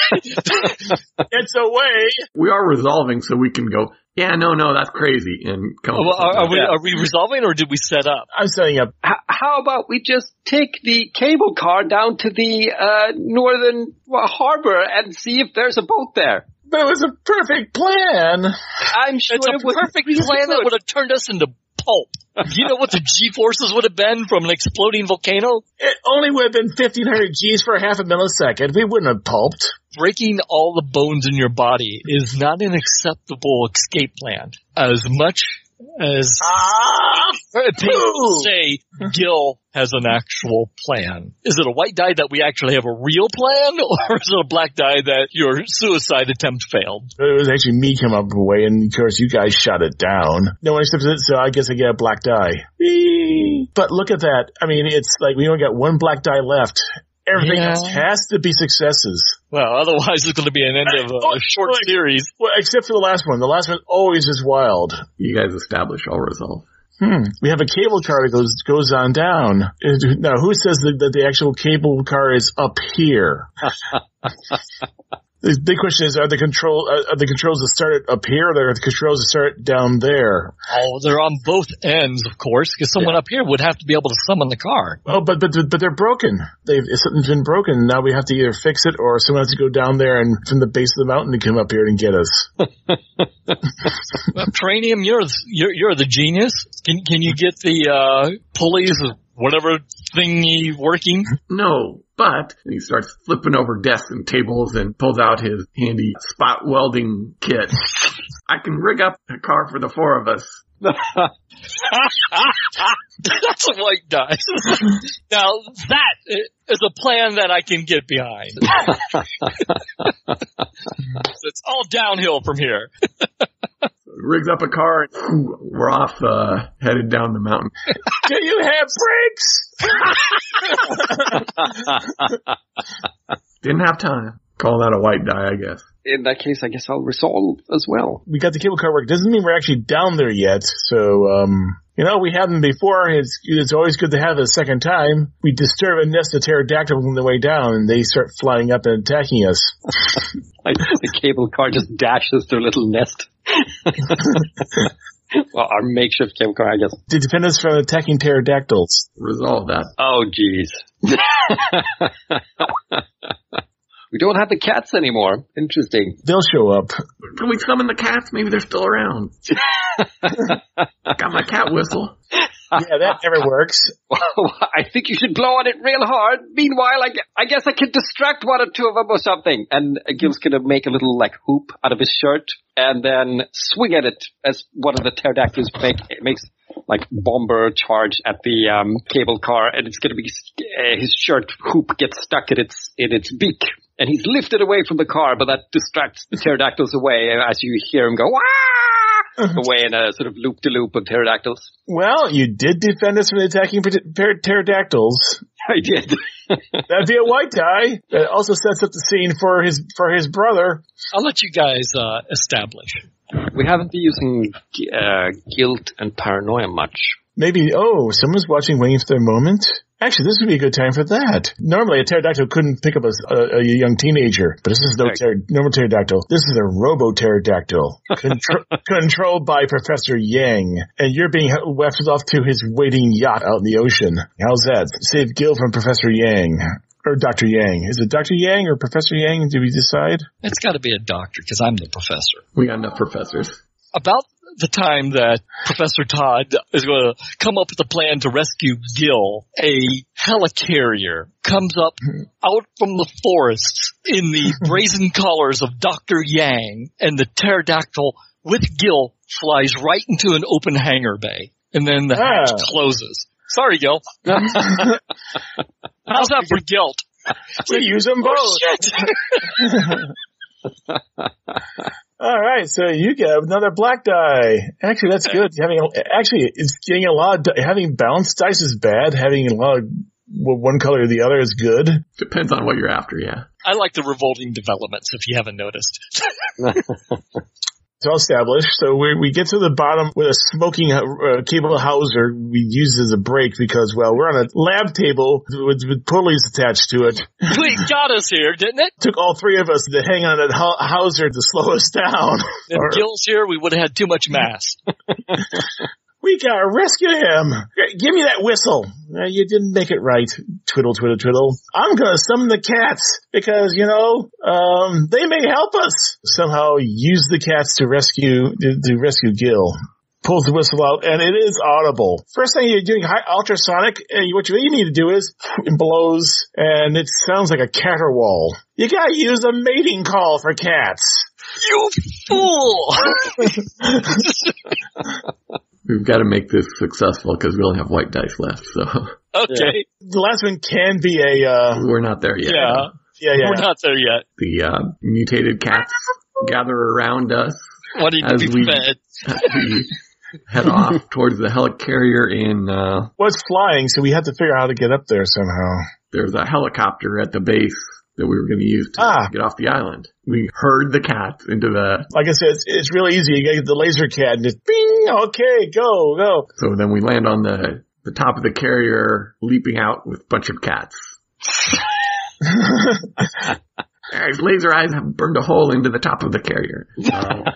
Speaker 3: It's a way.
Speaker 5: We are resolving so we can go, yeah, no, no, that's crazy. And come
Speaker 1: Well,
Speaker 5: on.
Speaker 1: are, are we, are we resolving or did we set up?
Speaker 3: I'm setting up.
Speaker 4: H- how about we just take the cable car down to the uh, northern uh, harbor and see if there's a boat there?
Speaker 3: But it was a perfect plan.
Speaker 4: I'm sure
Speaker 6: It's a
Speaker 4: it was
Speaker 6: perfect plan that would have turned us into pulp. You know what the G forces would have been from an exploding volcano?
Speaker 3: It only would have been 1500 G's for half a millisecond. We wouldn't have pulped.
Speaker 1: breaking all the bones in your body is not an acceptable escape plan. As much as
Speaker 3: Ah,
Speaker 1: people say Gil has an actual plan. Is it a white die that we actually have a real plan, or is it a black die that your suicide attempt failed?
Speaker 3: It was actually me come up with a way, and of course you guys shut it down. No one accepted it, so I guess I get a black die. Whee! But look at that. I mean, it's like we only got one black die left. Everything
Speaker 1: Yeah.
Speaker 3: else has to be successes.
Speaker 1: Well, otherwise it's going to be an end of a, a short
Speaker 3: Like-
Speaker 1: series.
Speaker 3: Well, except for the last one. The last one always is wild.
Speaker 5: you guys establish all resolve.
Speaker 3: Hmm. We have a cable car that goes goes on down. Uh, Now, who says that, that the actual cable car is up here? the big question is: Are the control are, are the controls that start it up here, or are the controls that start down there?
Speaker 1: Oh, they're on both ends, of course, because someone up here would have to be able to summon the car.
Speaker 3: Oh, but but but they're broken. They've if something's been broken. Now we have to either fix it, or someone has to go down there and from the base of the mountain to come up here and get us.
Speaker 1: Well, Cranium, you're, th- you're you're the genius. Can can you get the uh, pulleys, or whatever thingy, working?
Speaker 5: No, but and he starts flipping over desks and tables and pulls out his handy spot welding kit. I can rig up a car for the four of us.
Speaker 1: That's a white die. now that i- is a plan that I can get behind. it's all downhill from here.
Speaker 5: Rigs up a car and whew, we're off, uh, headed down the mountain.
Speaker 3: do you have brakes?
Speaker 5: Didn't have time. Call that a white die, I guess.
Speaker 4: In that case, I guess I'll resolve as well.
Speaker 3: We got the cable car work. Doesn't mean we're actually down there yet. So um, you know we had them before. It's it's always good to have it a second time. We disturb a nest of pterodactyls on the way down, and they start flying up and attacking us.
Speaker 4: Like, the cable car just dashes their little nest. well, our makeshift cable car, I guess.
Speaker 3: They defend us from attacking pterodactyls.
Speaker 5: Resolve that.
Speaker 4: Oh, jeez. we don't have the cats anymore. Interesting.
Speaker 3: They'll show up.
Speaker 5: Can we summon the cats? Maybe they're still around. Got my cat whistle.
Speaker 3: Yeah, that never works.
Speaker 4: I think you should blow on it real hard. Meanwhile, I, gue- I guess I can distract one or two of them or something. And uh, Gil's gonna make a little like hoop out of his shirt and then swing at it as one of the pterodactyls make makes like bomber charge at the um, cable car, and it's gonna be s- uh, his shirt hoop gets stuck in its in its beak. And he's lifted away from the car, but that distracts the pterodactyls away and as you hear him go, Wah! away in a sort of loop-de-loop of pterodactyls.
Speaker 3: Well, you did defend us from attacking pter- pter- pterodactyls.
Speaker 4: I did.
Speaker 3: That'd be a white tie. That also sets up the scene for his for his brother.
Speaker 1: I'll let you guys uh, establish.
Speaker 4: We haven't been using uh, guilt and paranoia much.
Speaker 3: Maybe, oh, someone's watching waiting for their moment? Actually, this would be a good time for that. Normally, a pterodactyl couldn't pick up a, a, a young teenager, but this is no
Speaker 4: Right.
Speaker 3: pter- normal pterodactyl. This is a robo pterodactyl contro- controlled by Professor Yang, and you're being he- wafted off to his waiting yacht out in the ocean. How's that? Save Gil from Professor Yang. Or Dr. Yang. Is it Dr. Yang or Professor Yang? Did we decide?
Speaker 7: It's got to be a doctor because I'm the professor.
Speaker 5: We got enough professors.
Speaker 1: About the time that Professor Todd is going to come up with a plan to rescue Gil, a helicarrier comes up out from the forest in the brazen collars of Dr. Yang, and the pterodactyl with Gil flies right into an open hangar bay, and then the hatch
Speaker 3: Ah.
Speaker 1: closes. Sorry, Gil. How's that for guilt?
Speaker 3: We use them both. All right, so you get another black die. Actually, that's good. Having actually, it's getting a lot. Of, di- having balanced dice is bad. Having a lot of w- one color or the other is good.
Speaker 5: Depends on what you're after, yeah.
Speaker 1: I like the revolting developments, if you haven't noticed.
Speaker 3: It's all established. So we we get to the bottom with a smoking uh, cable hauser. We use as a break because well, we're on a lab table with, with pulleys attached to it.
Speaker 1: Wait, got us here, didn't it?
Speaker 3: Took all three of us to hang on that hau- hauser to slow us down.
Speaker 1: If
Speaker 3: Or-
Speaker 1: Gil's here, we would have had too much mass.
Speaker 3: We gotta rescue him. G- Give me that whistle. Uh, you didn't make it right. Twiddle, twiddle, twiddle. I'm gonna summon the cats because, you know, um, they may help us. Somehow use the cats to rescue, to, to rescue Gil. Pulls the whistle out and it is audible. First thing you're doing high ultrasonic and what you really need to do is it blows and it sounds like a caterwaul. You gotta use a mating call for cats.
Speaker 1: You fool!
Speaker 5: We've got to make this successful because we only have white dice left, so
Speaker 1: Okay,
Speaker 3: The last one can be a, uh,
Speaker 5: we're not there yet.
Speaker 1: Yeah.
Speaker 3: yeah, yeah.
Speaker 1: we're not there yet.
Speaker 5: The uh, mutated cats gather around us
Speaker 1: Wanting
Speaker 5: As
Speaker 1: to be
Speaker 5: we-
Speaker 1: fed.
Speaker 5: as we head off towards the helicarrier in uh,
Speaker 3: was flying, so we had to figure out how to get up there somehow.
Speaker 5: there's a helicopter at the base that we were going to use to
Speaker 3: Ah.
Speaker 5: get off the island. We herd the cats into the,
Speaker 3: Like I said, it's, it's real easy. You get the laser cat and just bing, okay, go, go.
Speaker 5: so then we land on the, the top of the carrier, leaping out with a bunch of cats. There's laser eyes have burned a hole into the top of the carrier. Uh,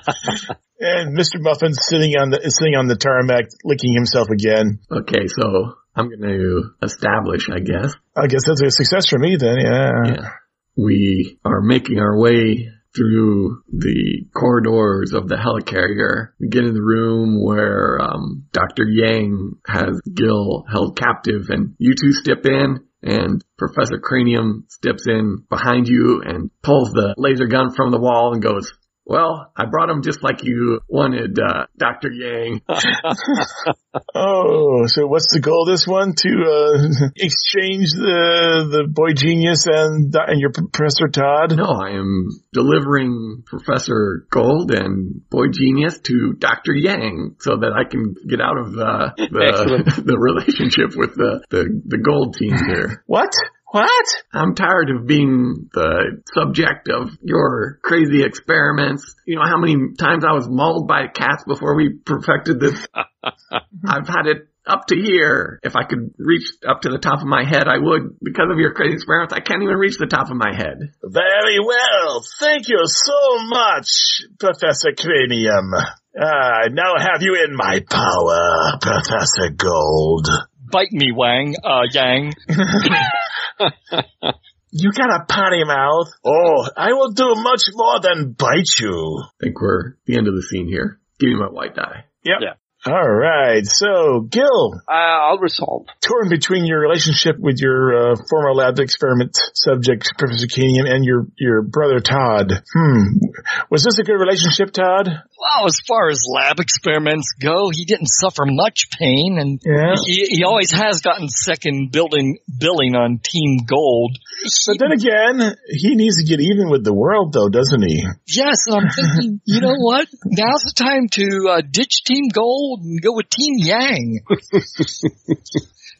Speaker 3: And Mr. Muffin's sitting on the, is sitting on the tarmac, licking himself again.
Speaker 5: okay, so I'm going to establish, I guess.
Speaker 3: I guess that's a success for me then, yeah.
Speaker 5: Yeah. We are making our way through the corridors of the helicarrier. We get in the room where um, Dr. Yang has Gil held captive, and you two step in. And Professor Cranium steps in behind you and pulls the laser gun from the wall and goes, well, I brought him just like you wanted, uh, Dr. Yang.
Speaker 3: Oh, so what's the goal of this one? To, uh, exchange the, the boy genius and, and your Professor Todd?
Speaker 5: No, I am delivering Professor Gold and Boy Genius to Dr. Yang so that I can get out of uh, the,
Speaker 4: Excellent.
Speaker 5: the relationship with the, the, the Gold team here.
Speaker 3: What? What?
Speaker 5: I'm tired of being the subject of your crazy experiments. You know how many times I was mauled by cats before we perfected this? I've had it up to here. If I could reach up to the top of my head, I would. Because of your crazy experiments, I can't even reach the top of my head.
Speaker 3: Very well. Thank you so much, Professor Cranium. I now have you in my power, Professor Gold.
Speaker 1: Bite me, Wang, uh, Yang.
Speaker 3: You got a potty mouth. Oh, I will do much more than bite you.
Speaker 5: think we're the end of the scene here. Give me my white die.
Speaker 3: All right. So, Gil,
Speaker 4: Uh, I'll resolve.
Speaker 3: torn between your relationship with your uh, former lab experiment subject, Professor Cranium, and your your brother Todd. Hmm. Was this a good relationship, Todd?
Speaker 1: Wow, as far as lab experiments go, he didn't suffer much pain, and
Speaker 3: Yeah.
Speaker 1: he, he always has gotten second building billing on Team Gold.
Speaker 3: But then again, he needs to get even with the world, though, doesn't he?
Speaker 1: Yes, and I'm thinking, you know what? Now's the time to uh, ditch Team Gold and go with Team Yang.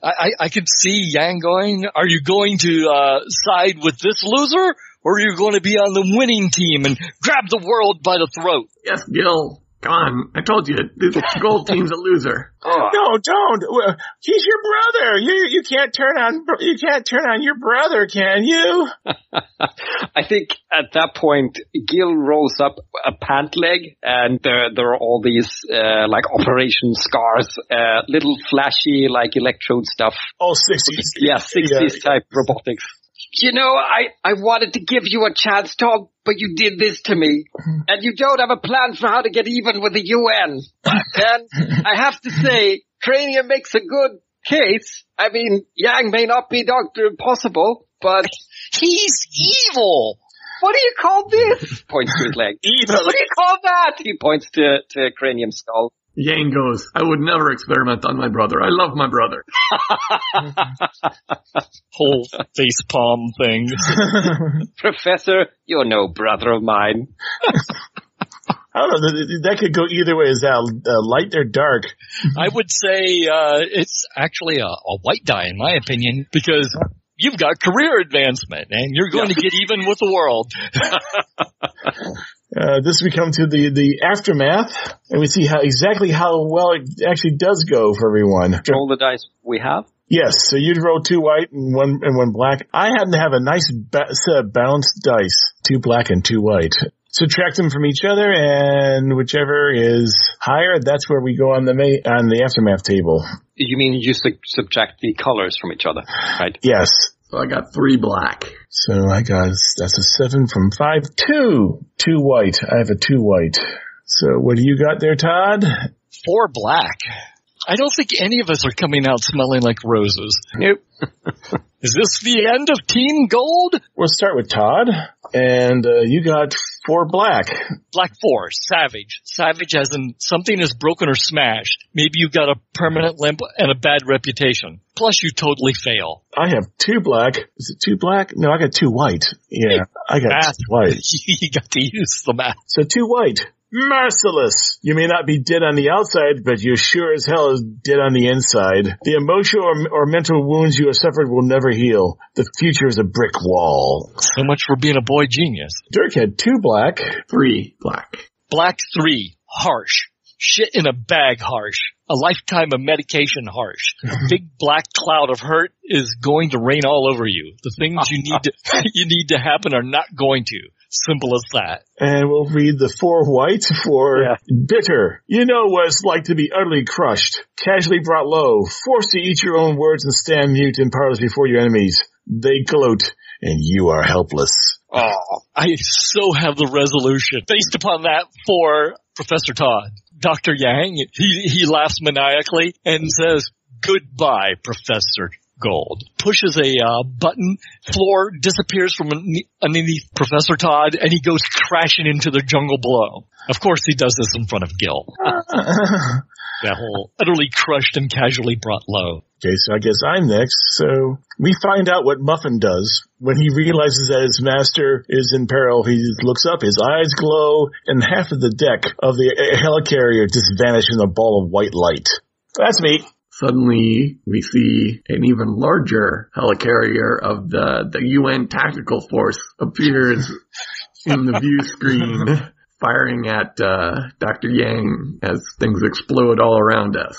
Speaker 1: I, I, I could see Yang going, are you going to uh, side with this loser, or are you going to be on the winning team and grab the world by the throat?
Speaker 5: Yes, Gil. Come on, I told you, this gold team's a loser.
Speaker 4: Oh,
Speaker 3: No, don't. Well, He's your brother. You you can't turn on you can't turn on your brother, can you?
Speaker 4: I think at that point, Gil rolls up a pant leg, and there, there are all these uh, like operation scars, uh, little flashy like electrode stuff.
Speaker 3: Oh, sixties.
Speaker 4: Yeah, sixties type robotics. You know, I I wanted to give you a chance, Tom, but you did this to me,
Speaker 3: Mm-hmm.
Speaker 4: and you don't have a plan for how to get even with the UN. and I have to say, Crania makes a good case. I mean, Yang may not be Doctor Impossible, but
Speaker 1: He's evil.
Speaker 4: what do you call this? Points to his leg.
Speaker 3: Evil.
Speaker 4: What do you call that? He points to, to cranium skull.
Speaker 5: Yang goes, I would never experiment on my brother. I love my brother.
Speaker 1: Whole face palm thing.
Speaker 4: Professor, you're no brother of mine.
Speaker 3: I don't know. th- th- That could go either way. Is that uh, light or dark?
Speaker 1: I would say uh, it's actually a, a white die, in my opinion, because you've got career advancement and you're going to get even with the world.
Speaker 3: Uh, this we come to the the aftermath, and we see how exactly how well it actually does go for everyone.
Speaker 4: Roll the dice we have.
Speaker 3: Yes, so you'd roll two white and one and one black. I happen to have a nice ba- set of balanced dice, two black and two white. Subtract them from each other, and whichever is higher, that's where we go on the ma- on the aftermath table.
Speaker 4: You mean you sub- subtract the colors from each other, right?
Speaker 3: Yes.
Speaker 5: So I got three black.
Speaker 3: So I got that's a seven from five, two, two white. I have a two white. So what do you got there, Todd?
Speaker 1: Four black. I don't think any of us are coming out smelling like roses.
Speaker 4: Nope.
Speaker 1: Is this the end of Team Gold?
Speaker 3: We'll start with Todd, and uh, you got four black.
Speaker 1: Black four, savage. Savage as in something is broken or smashed. Maybe you got a permanent limp and a bad reputation. Plus you totally fail.
Speaker 3: I have two black. Is it two black? No, I got two white. Yeah, I got
Speaker 1: Math.
Speaker 3: two white.
Speaker 1: you got to use the math.
Speaker 3: So two white. Merciless. You may not be dead on the outside, but you sure as hell is dead on the inside. The emotional or, or mental wounds you have suffered will never heal. The future is a brick wall.
Speaker 1: So much for being a boy genius.
Speaker 3: Dirk had two black.
Speaker 5: Three black.
Speaker 1: Black three, harsh. Shit in a bag, harsh. A lifetime of medication, harsh. A big black cloud of hurt is going to rain all over you. The things you need to, you need to happen are not going to. Simple as that.
Speaker 3: And we'll read the four white for
Speaker 4: Yeah.
Speaker 3: bitter. You know what it's like to be utterly crushed, casually brought low, forced to eat your own words and stand mute and powerless before your enemies. They gloat, and you are helpless.
Speaker 4: Oh,
Speaker 1: I so have the resolution based upon that for Professor Todd. Dr. Yang, he, he laughs maniacally and says, goodbye, Professor Gold. Pushes a uh, button, floor disappears from un- underneath Professor Todd and he goes crashing into the jungle below. Of course he does this in front of Gil. that whole utterly crushed and casually brought low.
Speaker 3: Okay, so I guess I'm next. So we find out what Muffin does. When he realizes that his master is in peril, he looks up, his eyes glow, and half of the deck of the uh, helicarrier just vanish in a ball of white light. That's me.
Speaker 5: Suddenly, we see an even larger helicarrier of the, the UN tactical force appears in the view screen, firing at uh, Dr. Yang as things explode all around us.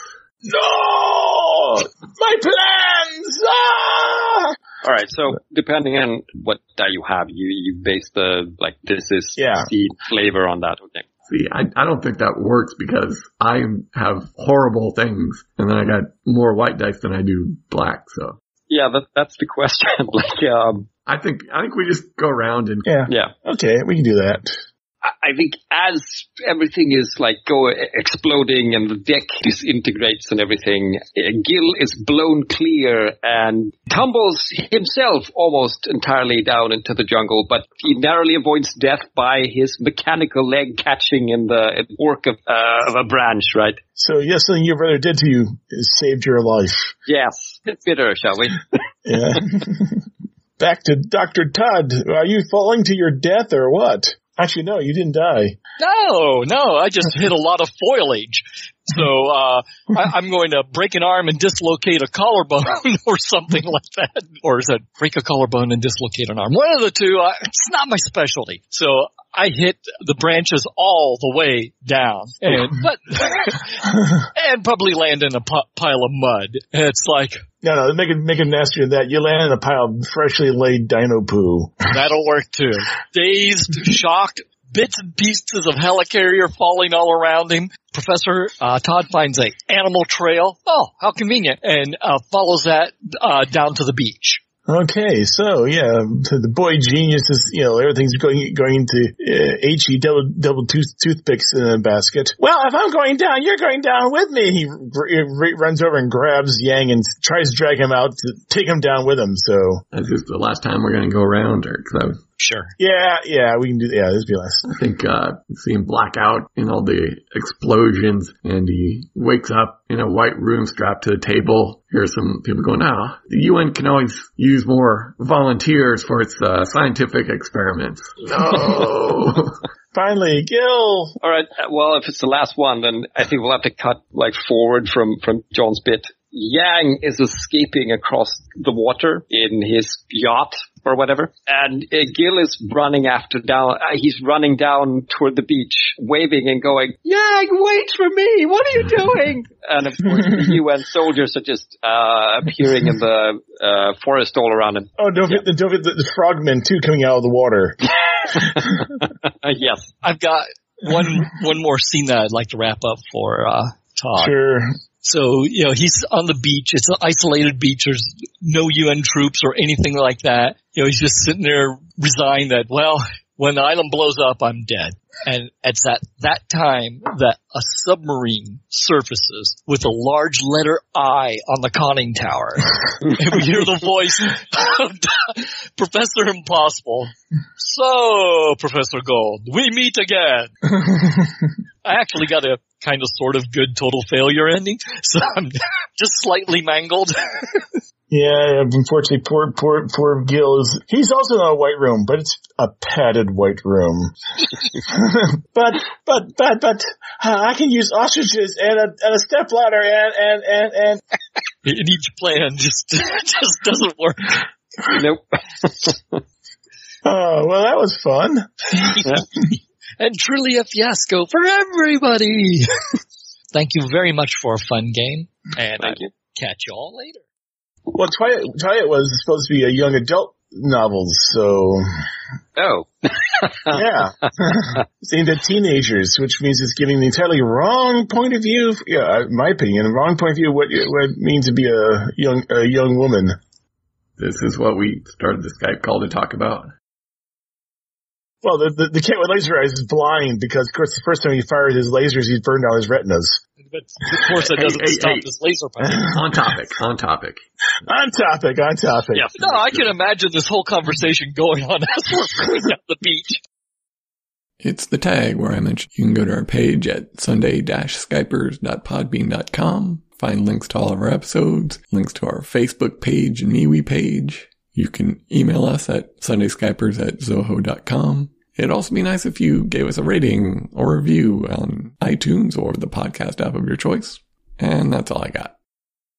Speaker 3: No! My plans! Ah!
Speaker 4: all right. So depending on what die you have, you you base the like this is
Speaker 3: Yeah.
Speaker 4: the flavor on that. Okay.
Speaker 5: See, I, I don't think that works because I have horrible things, and then I got more white dice than I do black. So
Speaker 4: Yeah, that that's the question. like, um,
Speaker 5: I think I think we just go around and
Speaker 3: Yeah.
Speaker 4: yeah.
Speaker 3: Okay, we can do that.
Speaker 4: I I think as everything is like go exploding and the deck disintegrates and everything, uh, Gil is blown clear and tumbles himself almost entirely down into the jungle. But he narrowly avoids death by his mechanical leg catching in the in the fork of, uh, of a branch. Right?
Speaker 3: So yes, something your brother did to you saved your life.
Speaker 4: Yes. It's bitter, shall we?
Speaker 3: Yeah. Back to Dr. Todd. Are you falling to your death or what? Actually, no, you didn't die.
Speaker 1: No, no, I just hit a lot of foliage. So uh, I, I'm going to break an arm and dislocate a collarbone or something like that. Or is that break a collarbone and dislocate an arm? One of the two. Uh, it's not my specialty. So I hit the branches all the way down, and but and probably land in a pu- pile of mud. And it's like
Speaker 3: No, no, make it make it nastier than that. You land in a pile of freshly laid dino poo.
Speaker 1: that'll work too. Dazed, shocked, bits and pieces of helicarrier falling all around him. Professor uh, Todd finds a animal trail. Oh, how convenient! And uh, follows that uh, down to the beach.
Speaker 3: Okay, so yeah, so the boy genius is you know everything's going going into uh, he double double tooth, toothpicks in a basket. Well, if I'm going down, you're going down with me. He r- r- runs over and grabs Yang and tries to drag him out to take him down with him. So
Speaker 5: Is this the last time we're going to go around? Or because I was
Speaker 1: Sure.
Speaker 3: Yeah, yeah, we can do. Yeah, this would be less.
Speaker 5: I think uh seeing blackout and all the explosions and he wakes up in a white room strapped to a table. Here's some people going, ah, the UN can always use more volunteers for its uh, scientific experiments. No.
Speaker 3: Finally, Gil.
Speaker 4: All right. uh, Well, if it's the last one, then I think we'll have to cut like forward from from John's bit. Yang is escaping across the water in his yacht or whatever, and uh, Gil is running after down. Uh, he's running down toward the beach, waving and going, "Yang, wait for me! What are you doing?" and of course, the UN soldiers are just uh, appearing in the uh, forest all around him.
Speaker 3: Oh, don't forget, the, don't forget the, the frogmen too coming out of the water.
Speaker 4: Uh, yes,
Speaker 1: I've got one one more scene that I'd like to wrap up for uh, Todd.
Speaker 3: Sure.
Speaker 1: So you know he's on the beach. It's an isolated beach. There's no UN troops or anything like that. You know he's just sitting there resigned that well when the island blows up I'm dead. And it's at that time that a submarine surfaces with a large letter I on the conning tower. and we hear the voice of Professor Impossible. So, Professor Gold, we meet again. I actually got a kind of sort of good total failure ending, so I'm just slightly mangled.
Speaker 3: Yeah, unfortunately, poor, poor, poor Gil is, he's also in a white room, but it's a padded white room. but, but, but, but, uh, I can use ostriches and a, and a stepladder and, and, and, and,
Speaker 1: And each plan just just doesn't work.
Speaker 4: nope.
Speaker 3: oh, well, that was fun.
Speaker 1: And truly a fiasco for everybody. Thank you very much for a fun game, and I'll
Speaker 4: Thank you.
Speaker 1: catch you all later.
Speaker 3: Well, Twilight, Twilight was supposed to be a young adult novel, so
Speaker 4: Oh,
Speaker 3: yeah. it's aimed at teenagers, which means it's giving the entirely wrong point of view. Yeah, in my opinion, the wrong point of view of what what it means to be a young a young woman.
Speaker 5: this is what we started the Skype call to talk about.
Speaker 3: Well, the, the the cat with laser eyes is blind because, of course, the first time he fires his lasers, he's burned out his retinas.
Speaker 1: But of course, that doesn't
Speaker 5: Hey, hey,
Speaker 1: stop
Speaker 5: hey.
Speaker 1: this laser punch.
Speaker 5: on topic, on topic.
Speaker 3: On topic, on topic.
Speaker 1: Yeah, no, I can imagine this whole conversation going on as we're sitting at the beach.
Speaker 8: It's the tag where I mentioned you can go to our page at sunday-skypers.podbean.com, find links to all of our episodes, links to our Facebook page and MeWe page. You can email us at sundayskypers at zoho.com. It'd also be nice if you gave us a rating or review on iTunes or the podcast app of your choice. And that's all I got.